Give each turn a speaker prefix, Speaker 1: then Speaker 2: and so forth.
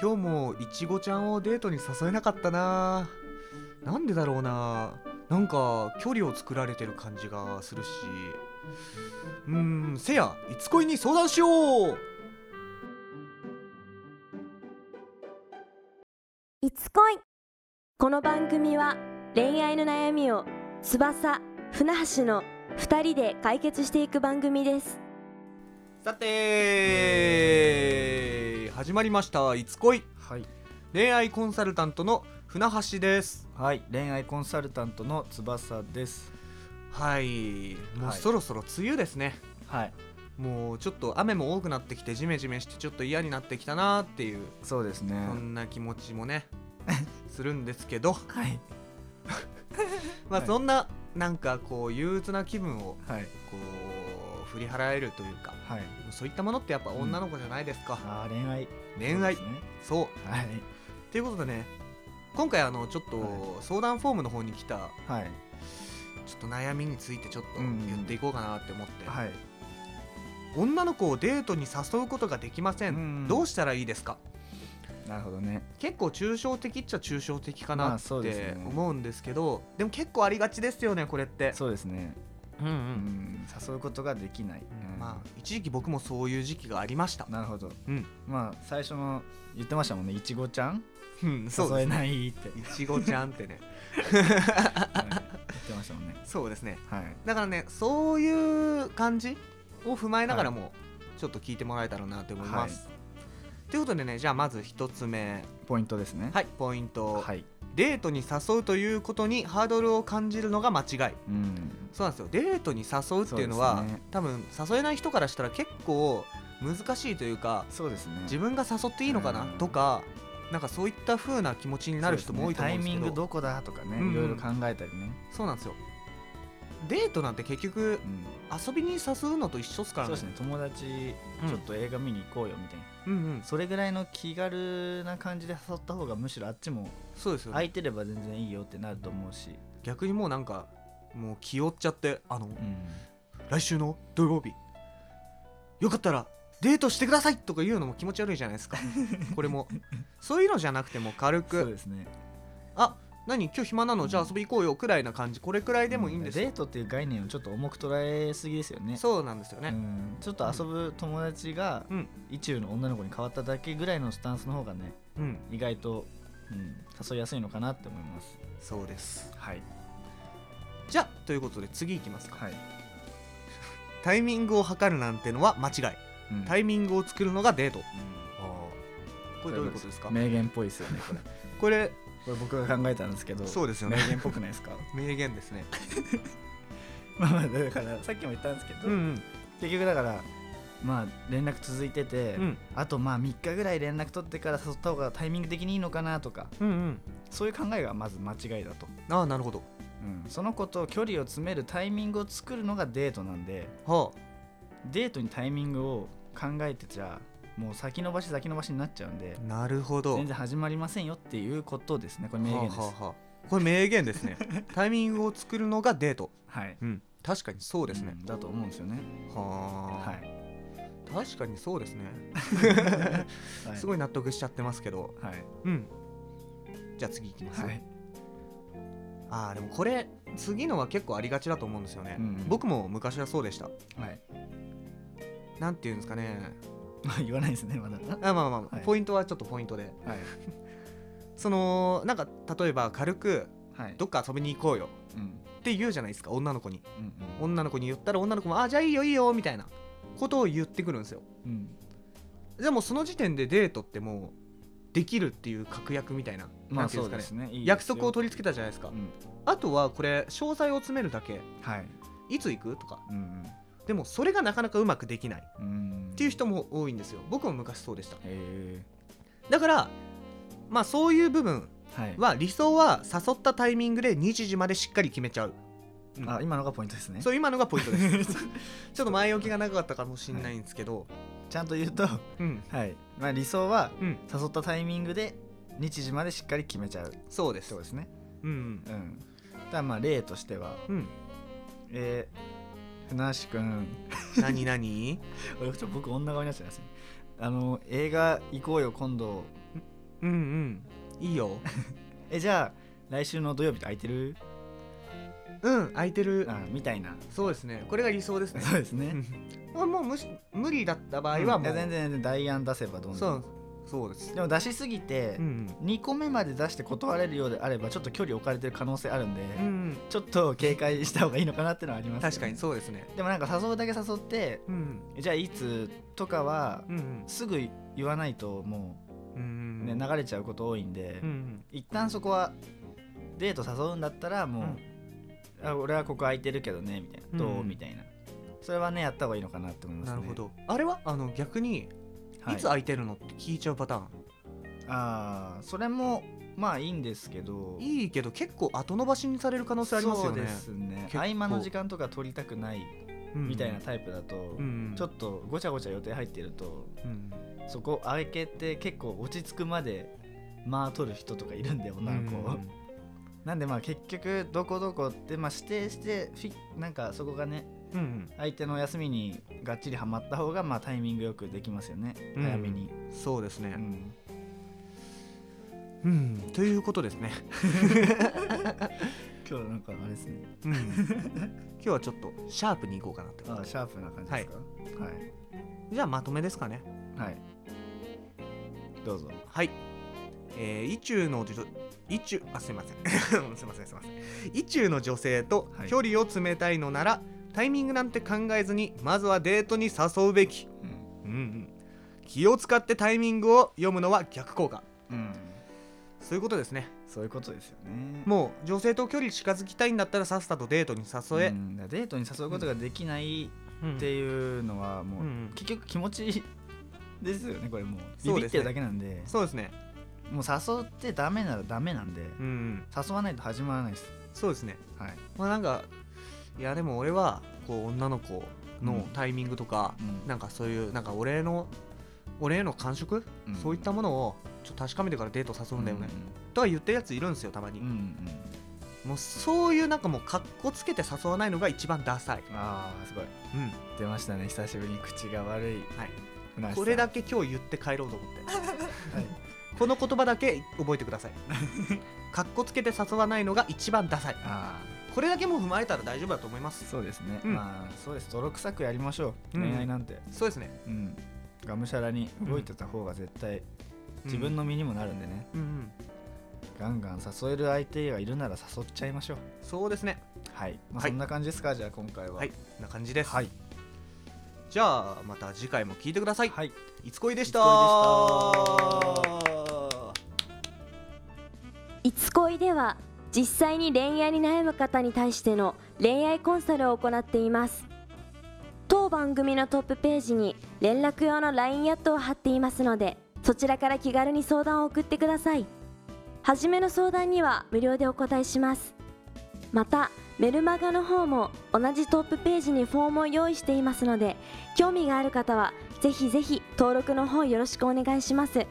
Speaker 1: 今日もいちごちゃんをデートに誘えなかったななんでだろうななんか距離を作られてる感じがするしうーんせやいつ恋に相談しよう
Speaker 2: いつ恋この番組は恋愛の悩みを翼船橋の2人で解決していく番組です
Speaker 1: さて始まりました「いつ恋
Speaker 3: はい、」
Speaker 1: 恋愛コンサルタントの船橋です
Speaker 3: はい、恋愛コンサルタントの翼です。
Speaker 1: はいもう
Speaker 3: はい
Speaker 1: そろそろ梅雨ですね、
Speaker 3: はい、
Speaker 1: もうちょっと雨も多くなってきてジメジメしてちょっと嫌になってきたなっていう
Speaker 3: そうですね。
Speaker 1: そんな気持ちもね するんですけど
Speaker 3: はい、
Speaker 1: まあ
Speaker 3: はい
Speaker 1: そんななんかこう憂鬱な気分を
Speaker 3: はい、
Speaker 1: こう振り払えるというか
Speaker 3: はい。
Speaker 1: そういったものってやっぱ女の子じゃないですか、
Speaker 3: ああ、恋愛。
Speaker 1: 恋愛
Speaker 3: そうですね
Speaker 1: そう
Speaker 3: はい、
Speaker 1: ということでね今回あのちょっ
Speaker 3: は
Speaker 1: と相談フォームの方に来た
Speaker 3: はい、
Speaker 1: ちょっと悩みについてちょっと
Speaker 3: うんうん
Speaker 1: 言っていこうかなって思って、
Speaker 3: はい。
Speaker 1: 女の子をデートに誘うことができません、
Speaker 3: うん
Speaker 1: どうしたらいいですか
Speaker 3: なるほどね。
Speaker 1: 結構抽象的っちゃ抽象的か
Speaker 3: ま
Speaker 1: な
Speaker 3: あ
Speaker 1: っ
Speaker 3: そうです
Speaker 1: て
Speaker 3: ね
Speaker 1: 思うんですけど、でも結構ありがちですよねこれって
Speaker 3: そうですね。
Speaker 1: うんう
Speaker 3: うんん、誘うことができない。うん
Speaker 1: まあ一時期僕もそういう時期がありました
Speaker 3: なるほど。
Speaker 1: うん、
Speaker 3: まあ、最初の言ってましたもんね。いちごちゃん。
Speaker 1: うんそうで
Speaker 3: 誘え
Speaker 1: すね
Speaker 3: ないって。
Speaker 1: いちごちゃんって ね
Speaker 3: はい言ってましたもんね。
Speaker 1: そうですね
Speaker 3: はい。
Speaker 1: だからねそういう感じを踏まえながらも、ちょっと聞いてもらえたらなと思います、ということでねじゃあまず一つ目
Speaker 3: ポイントですね。
Speaker 1: はいポイント、
Speaker 3: はい。
Speaker 1: デートに誘うということにハードルを感じるのが間違い
Speaker 3: うん。
Speaker 1: そうなんですよデートに誘うっていうのは
Speaker 3: そうですね
Speaker 1: 多分誘えない人からしたら結構難しいというか
Speaker 3: そうですね。
Speaker 1: 自分が誘っていいのかな
Speaker 3: うん
Speaker 1: とかなんかそういった風な気持ちになる人も多いと思うんですけ
Speaker 3: そうですねタイミング
Speaker 1: ど
Speaker 3: どこだとかね、
Speaker 1: うんうん
Speaker 3: いろいろ考えたりね、
Speaker 1: そうなんですよデートなんて結局
Speaker 3: うん、
Speaker 1: 遊びに誘うのと一緒っすから
Speaker 3: そう
Speaker 1: ね
Speaker 3: ですね友達
Speaker 1: うん
Speaker 3: ちょっと映画見に行こうよみたいな、
Speaker 1: うんうん
Speaker 3: それぐらいの気軽な感じで誘った方がむしろあっちも
Speaker 1: そうですよ
Speaker 3: 空いてれば全然いいよってなると思うし、
Speaker 1: 逆にもうなんかもう気負っちゃってあの
Speaker 3: うん、
Speaker 1: 来週の土曜日よかったらデートしてくださいとか言うのも気持ち悪いじゃない ですかこれもそういうのじゃなくても軽
Speaker 3: そう
Speaker 1: く
Speaker 3: ですね
Speaker 1: あ何今日暇な
Speaker 3: う
Speaker 1: の
Speaker 3: ん
Speaker 1: じゃあ遊び行こうよくらいな感じこれくらいでもいいんです
Speaker 3: う
Speaker 1: よ、
Speaker 3: デートっていう概念をちょっと重く捉えすぎですよね
Speaker 1: そうなんですよ
Speaker 3: う
Speaker 1: ね、
Speaker 3: ん、ちょっと遊ぶ友達が
Speaker 1: うん
Speaker 3: 一流の女の子に変わっただけぐらいのスタンスの方がね
Speaker 1: うん
Speaker 3: 意外と、うん、誘いやすいのかなって思います
Speaker 1: そうです
Speaker 3: はい
Speaker 1: じゃあということで次いきますか
Speaker 3: はい、
Speaker 1: タイミングを測るなんてのは間違い
Speaker 3: うん
Speaker 1: タイミングを作るのがデート
Speaker 3: うん
Speaker 1: これどういうことですか
Speaker 3: 名言っぽいですよねこれ
Speaker 1: これ
Speaker 3: これ僕が考えたんですけど
Speaker 1: そうですよね
Speaker 3: 名言っぽくないですか
Speaker 1: 名言ですね
Speaker 3: まあまあだからさっきも言ったんですけど、
Speaker 1: うんうん
Speaker 3: 結局だからまあ連絡続いてて、
Speaker 1: うん
Speaker 3: あとまあ3日ぐらい連絡取ってから誘った方がタイミング的にいいのかなとか
Speaker 1: うんうん
Speaker 3: そういう考えがまず間違いだと、
Speaker 1: ああなるほど
Speaker 3: うん、その子と距離を詰めるタイミングを作るのがデートなんで
Speaker 1: は
Speaker 3: デートにタイミングを考えてちゃもう先延ばし先延ばしになっちゃうんで
Speaker 1: あなるほど
Speaker 3: 全然始まりませんよっていうことですねこれ名言です、
Speaker 1: はあはあはあこれ名言ですね タイミングを作るのがデート
Speaker 3: はい
Speaker 1: うん確かにそうですね
Speaker 3: ん、だと思うんですよね
Speaker 1: はあ、
Speaker 3: はい
Speaker 1: 確かにそうですね、
Speaker 3: はい
Speaker 1: すごい納得しちゃってますけど
Speaker 3: はい
Speaker 1: うんじゃあ次いきます、
Speaker 3: はい
Speaker 1: ああでもこれ次のは結構ありがちだと思うんですよね、
Speaker 3: うんうん
Speaker 1: 僕も昔はそうでした
Speaker 3: はい。
Speaker 1: なんていうんですかね
Speaker 3: 言わない ですね、まだ。
Speaker 1: あまあまあ、
Speaker 3: はい
Speaker 1: ポイントはちょっとポイントで
Speaker 3: はい。
Speaker 1: そのなんか例えば軽く
Speaker 3: はい。
Speaker 1: どっか遊びに行こうよ
Speaker 3: うん。
Speaker 1: って言うじゃないですか女の子に
Speaker 3: うん。
Speaker 1: 女の子に言ったら女の子も「あじゃあいいよいいよ」みたいなことを言ってくるんですよ
Speaker 3: うん。
Speaker 1: でもその時点でデートってもうできるっていう確約みたいな,、
Speaker 3: ま
Speaker 1: な
Speaker 3: あ、
Speaker 1: んてい
Speaker 3: そうん
Speaker 1: で
Speaker 3: ですす
Speaker 1: かね
Speaker 3: ね。いいですよ
Speaker 1: 約束を取り付けたじゃないですか、
Speaker 3: うん。
Speaker 1: あとはこれ詳細を詰めるだけ
Speaker 3: はい。
Speaker 1: いつ行くとか
Speaker 3: うん。
Speaker 1: でもそれがなかなかうまくできないっ
Speaker 3: うん。って
Speaker 1: いう。人も多いんですよ僕も昔そうでした
Speaker 3: え
Speaker 1: だからまあそういう部分
Speaker 3: え。はい。
Speaker 1: は理想は誘ったタイミングで日時までしっかり決めちゃう、うん
Speaker 3: あ、今のがポイントですね。
Speaker 1: そう今のがポイントです ちょっと前置きが長かったかもしれないんですけど、
Speaker 3: ちゃんと言うと、
Speaker 1: うん
Speaker 3: はい。まあ、理想は
Speaker 1: うん
Speaker 3: 誘ったタイミングで日時までしっかり決めちゃう。
Speaker 1: そうです
Speaker 3: そうですね。
Speaker 1: うん
Speaker 3: うん。ただまあ例としては、
Speaker 1: うんうん
Speaker 3: えー、船橋くん、
Speaker 1: 何何
Speaker 3: 俺ちょっと僕女側になっちゃいますね。あの映画行こうよ今度
Speaker 1: うんうんいい よ
Speaker 3: えじゃあ来週の土曜日って空いてる
Speaker 1: うん空いてる
Speaker 3: あみたいな
Speaker 1: そうですねこれが理想 ですね
Speaker 3: そうですね
Speaker 1: まあもうむし無理だった場合は
Speaker 3: うんい
Speaker 1: も
Speaker 3: や
Speaker 1: う、
Speaker 3: 全然全然代案出せばどん
Speaker 1: そ
Speaker 3: ど
Speaker 1: うんそうです
Speaker 3: でも出しすぎて、
Speaker 1: うん
Speaker 3: 2個目まで出して断れるようであればちょっと距離置かれてる可能性あるんで、
Speaker 1: うん、うん
Speaker 3: ちょっと警戒した方がいいのかなってのはあり
Speaker 1: う
Speaker 3: ま
Speaker 1: ん、
Speaker 3: すよね
Speaker 1: 確かにそうですね
Speaker 3: でもなんか誘うだけ誘って
Speaker 1: うん
Speaker 3: じゃあいつとかは
Speaker 1: うんうん
Speaker 3: すぐ言わないとも
Speaker 1: うんうん
Speaker 3: う、ね流れちゃうこと多いんで、
Speaker 1: うんうん
Speaker 3: 一旦そこはデート誘うんだったらもう、あ俺はここ空いてるけどねみたいな、ど
Speaker 1: う
Speaker 3: うんみたいなそれはねやった方がいいのかなって思います
Speaker 1: な
Speaker 3: ね
Speaker 1: るほ、どあれはあの逆に
Speaker 3: はい
Speaker 1: いつ空いてるのって聞いちゃうパターン、
Speaker 3: ああそれもまあいいんですけどい
Speaker 1: いいけど結構後延ばしにされる可能性ありますよね
Speaker 3: そうですね
Speaker 1: 結
Speaker 3: 合
Speaker 1: 構
Speaker 3: 間の時間とか取りたくない
Speaker 1: うん
Speaker 3: みたいなタイプだと、
Speaker 1: うん
Speaker 3: ちょっとごちゃごちゃ予定入ってると
Speaker 1: うん
Speaker 3: そこ開けて結構落ち着くまで間取る人とかいるんで
Speaker 1: うん
Speaker 3: 女の子、なんでまあ結局どこどこってまあ指定してフィなんかそこがね
Speaker 1: うん
Speaker 3: 相手の休みにがっちりはまった方がまあタイミングよくできますよね、
Speaker 1: うん
Speaker 3: 早めに、
Speaker 1: うんそうです
Speaker 3: う
Speaker 1: ね
Speaker 3: ん
Speaker 1: うん、ということですね、
Speaker 3: 今日なんかあれですね
Speaker 1: うん、今日はちょっとシャープにいこうかなって
Speaker 3: あシャープな感じですかはい、
Speaker 1: じゃあまとめですかね
Speaker 3: はい。どうぞ。
Speaker 1: はい。えー、意中の女意中あすいません すいませんすいません意中の女性と
Speaker 3: はい
Speaker 1: 距離を詰めたいのなら、タイミングなんて考えずにまずはデートに誘うべき、
Speaker 3: うん。
Speaker 1: うんうん、気を使ってタイミングを読むのは逆効果そういうことですね
Speaker 3: そういうことですよね。
Speaker 1: もう女性と距離近づきたいんだったらさっさとデートに誘
Speaker 3: う
Speaker 1: え、
Speaker 3: んだからデートに誘うことができない
Speaker 1: うん
Speaker 3: っていうのはもう、
Speaker 1: うん
Speaker 3: 結局気持ちですよねこれもう
Speaker 1: そ
Speaker 3: ビ
Speaker 1: う
Speaker 3: ビ
Speaker 1: で
Speaker 3: っ
Speaker 1: す
Speaker 3: て
Speaker 1: ね
Speaker 3: るだけなんで
Speaker 1: そうですね
Speaker 3: もう誘ってダメならダメなんで、
Speaker 1: うんうん
Speaker 3: 誘わないと始まらないです
Speaker 1: そうですね
Speaker 3: はい、
Speaker 1: まあなんかいやでも俺はこう女の子のタイミングとか、
Speaker 3: うん
Speaker 1: なんかそういうなんか俺の俺への感触、
Speaker 3: うん
Speaker 1: そういったものをちょっと確かめてからデート誘うんだよね、とは言ってるやついるんですよたまに、
Speaker 3: うんうんうん
Speaker 1: もうそういうなんかもうかっこつけて誘わないのが一番ダサい、
Speaker 3: ああすごい
Speaker 1: うん
Speaker 3: 出ましたね久しぶりに口が悪い
Speaker 1: はい
Speaker 3: 船橋さん
Speaker 1: これだけ今日言って帰ろうと思って
Speaker 3: はい
Speaker 1: この言葉だけ覚えてくだ さいかっこつけて誘わないのが一番ダサい
Speaker 3: あ
Speaker 1: これだけもう踏まえたら大丈夫だと思いま
Speaker 3: あ
Speaker 1: す
Speaker 3: そうですね、
Speaker 1: うん
Speaker 3: まあそうです泥臭くやりましょ
Speaker 1: う
Speaker 3: う、
Speaker 1: ん
Speaker 3: 恋愛なんて
Speaker 1: そうですね
Speaker 3: うん、がむしゃらに動いてた方が絶対自分
Speaker 1: の、
Speaker 3: の身にもなるんでね、
Speaker 1: うんうん、
Speaker 3: ガンガン誘える相手がいるなら誘っちゃいましょう
Speaker 1: そうですね
Speaker 3: はい、まあ、
Speaker 1: はい
Speaker 3: そんな感じですか、じゃあ今回は
Speaker 1: はいこんな感じです、
Speaker 3: はい、
Speaker 1: じゃあまた次回も聞いてください、
Speaker 3: はい
Speaker 1: いつこいでした
Speaker 3: いつ
Speaker 2: いつ恋では実際に恋愛に悩む方に対しての恋愛コンサルを行っています当番組のトップページに連絡用の LINE アットを貼っていますのでそちらから気軽に相談を送ってください初めの相談には無料でお答えしますまたメルマガの方も同じトップページにフォームを用意していますので興味がある方はぜひぜひ登録の方よろしくお願いします